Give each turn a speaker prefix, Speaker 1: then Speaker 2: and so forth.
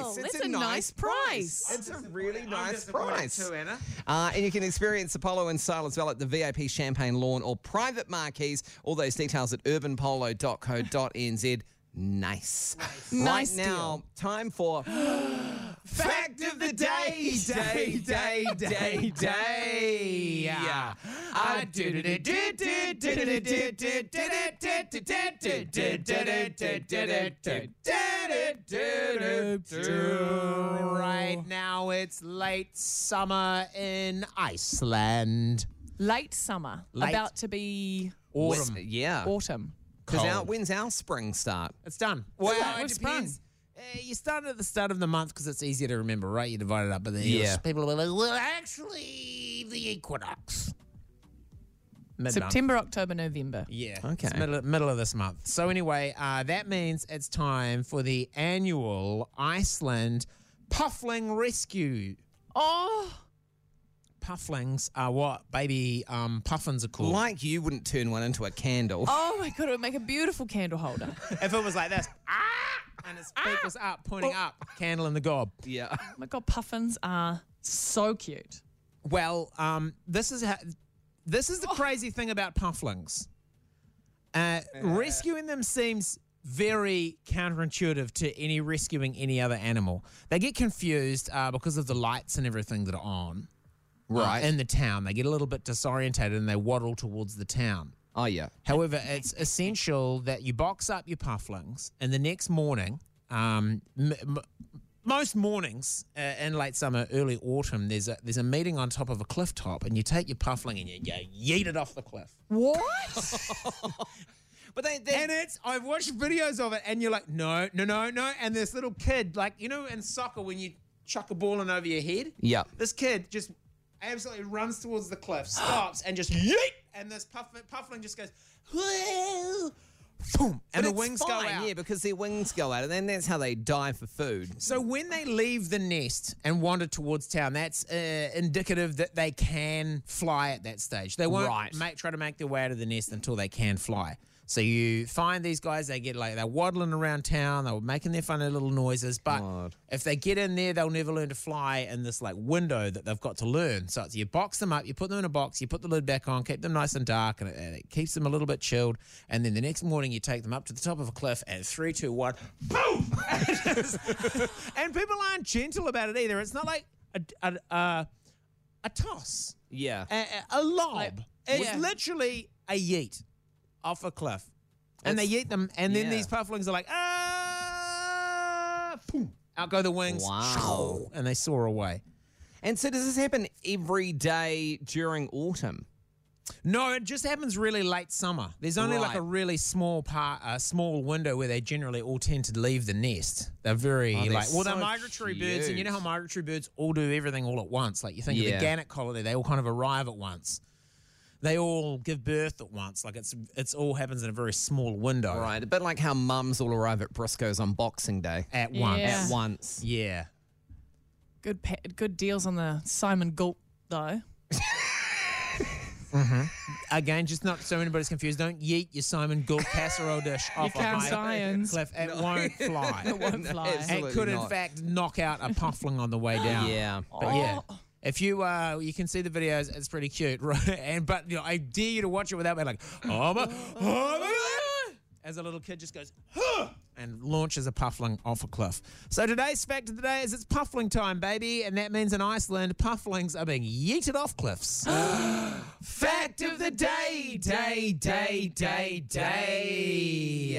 Speaker 1: It's, Oh, a, nice price.
Speaker 2: It's a
Speaker 3: disappointed.
Speaker 2: really
Speaker 3: I'm
Speaker 2: nice
Speaker 3: disappointed
Speaker 2: price.
Speaker 3: too, Anna.
Speaker 2: Uh, and you can experience Apollo and sale as well at the VIP Champagne Lawn or private marquees. All those details at urbanpolo.co.nz. Nice.
Speaker 1: Nice
Speaker 2: right now, time for Fact of the Day. Day, day, day, day. Yeah. Ah,
Speaker 3: Right now, it's late summer in Iceland.
Speaker 1: Late summer,
Speaker 3: Late.
Speaker 1: about to be
Speaker 2: When's- Yeah.
Speaker 1: autumn.
Speaker 2: Because our,
Speaker 3: cold.
Speaker 2: when's our spring start?
Speaker 3: It's done.
Speaker 1: done.
Speaker 3: Well, it
Speaker 1: We've sprung.
Speaker 3: depends. Uh, you start at the start of the month because it's easier to remember, right? You divide it up, but then you
Speaker 2: Yeah.
Speaker 3: just- people are like, "Well, actually, the equinox." Mid-month.
Speaker 1: September, October, November.
Speaker 3: Yeah.
Speaker 2: Okay.
Speaker 3: It's middle, middle of this month. So anyway, uh, that means it's time for the annual Iceland puffling rescue.
Speaker 1: Oh,
Speaker 3: Pufflings are what baby um, puffins are called.
Speaker 2: Like you wouldn't turn one into a candle.
Speaker 1: oh my God, it would make a beautiful candle holder.
Speaker 3: if it was like this, ah, and its beak was up, pointing up, candle in the gob.
Speaker 2: Yeah.
Speaker 1: Oh my God, puffins are so cute.
Speaker 3: Well, um, this is ha- this is the crazy thing about pufflings. Uh, rescuing them seems very counterintuitive to any rescuing any other animal. They get confused uh, because of the lights and everything that are on uh,
Speaker 2: Right.
Speaker 3: in the town. They get a little bit disorientated and they waddle towards the town.
Speaker 2: oh, yeah.
Speaker 3: However, it's essential that you box up your pufflings, and the next morning, um, m- m- most mornings uh, in late summer, early autumn, there's a there's a meeting on top of a cliff top, and you take your puffling and you, you yeet it off the cliff.
Speaker 1: What?
Speaker 2: But they, they
Speaker 3: And it's I've watched videos of it, and you're like, no, no, no, no. And this little kid, like you know, in soccer when you chuck a ball in over your head,
Speaker 2: Yeah.
Speaker 3: this kid just absolutely runs towards the cliff, stops, and just yeet, and this puff, puffling just goes, "Whoa!" boom, and the
Speaker 2: it's
Speaker 3: wings
Speaker 2: fine,
Speaker 3: go out.
Speaker 2: Yeah, because their wings go out, and then that's how they die for food.
Speaker 3: So when they leave the nest and wander towards town, that's uh, indicative that they can fly at that stage. They won't
Speaker 2: Right.
Speaker 3: make, try to make their way out of the nest until they can fly. So you find these guys, they get like they're waddling around town, they're making their funny little noises, but
Speaker 2: God.
Speaker 3: if they get in there, they'll never learn to fly in this like window that they've got to learn. So it's, you box them up, you put them in a box, you put the lid back on, keep them nice and dark, and it, and it keeps them a little bit chilled. And then the next morning, you take them up to the top of a cliff, and three, two, one, boom! and people aren't gentle about it either. It's not like a a, a, a toss,
Speaker 2: Yeah.
Speaker 3: a, a a lob. it's
Speaker 1: yeah.
Speaker 3: literally a yeet off a cliff, and they yeet them, and then
Speaker 2: yeah.
Speaker 3: these pufflings are like ah, boom, out go the wings,
Speaker 2: Wow.
Speaker 3: and they soar away.
Speaker 2: And so, does this happen every day during autumn?
Speaker 3: No, it just happens really late summer. There's only like
Speaker 2: Right.
Speaker 3: a really small part, a small window where they generally all tend to leave the nest. They're very
Speaker 2: Oh, they're
Speaker 3: like, well, they're
Speaker 2: so
Speaker 3: migratory birds, and you know how
Speaker 2: cute.
Speaker 3: migratory birds all do everything all at once. Like you think
Speaker 2: Yeah.
Speaker 3: of the gannet colony, they all kind of arrive at once. They all give birth at once. Like it's it's all happens in a very small window
Speaker 2: Right. A bit like how mums all arrive at Briscoe's on Boxing Day
Speaker 3: at once.
Speaker 1: Yeah.
Speaker 2: at once.
Speaker 3: Yeah.
Speaker 1: Good, pa- good deals on the Simon Gulp though.
Speaker 3: Again, just not so anybody's confused. Don't yeet your Simon Gould casserole dish off a
Speaker 1: Cam
Speaker 3: high
Speaker 1: Science.
Speaker 3: cliff. It won't fly.
Speaker 1: Won't
Speaker 2: No,
Speaker 1: fly.
Speaker 2: absolutely
Speaker 3: and could in
Speaker 2: not.
Speaker 3: fact knock out a puffling on the way down.
Speaker 2: Yeah.
Speaker 3: But yeah. If you uh, you can see the videos, it's pretty cute, right? And but you know, I dare you to watch it without being like, oh my, oh my God," as a little kid just goes, huh, and launches a puffling off a cliff. So today's fact of the day is it's puffling time, baby, and that means in Iceland, pufflings are being yeeted off cliffs. fact of the day, day, day, day, day.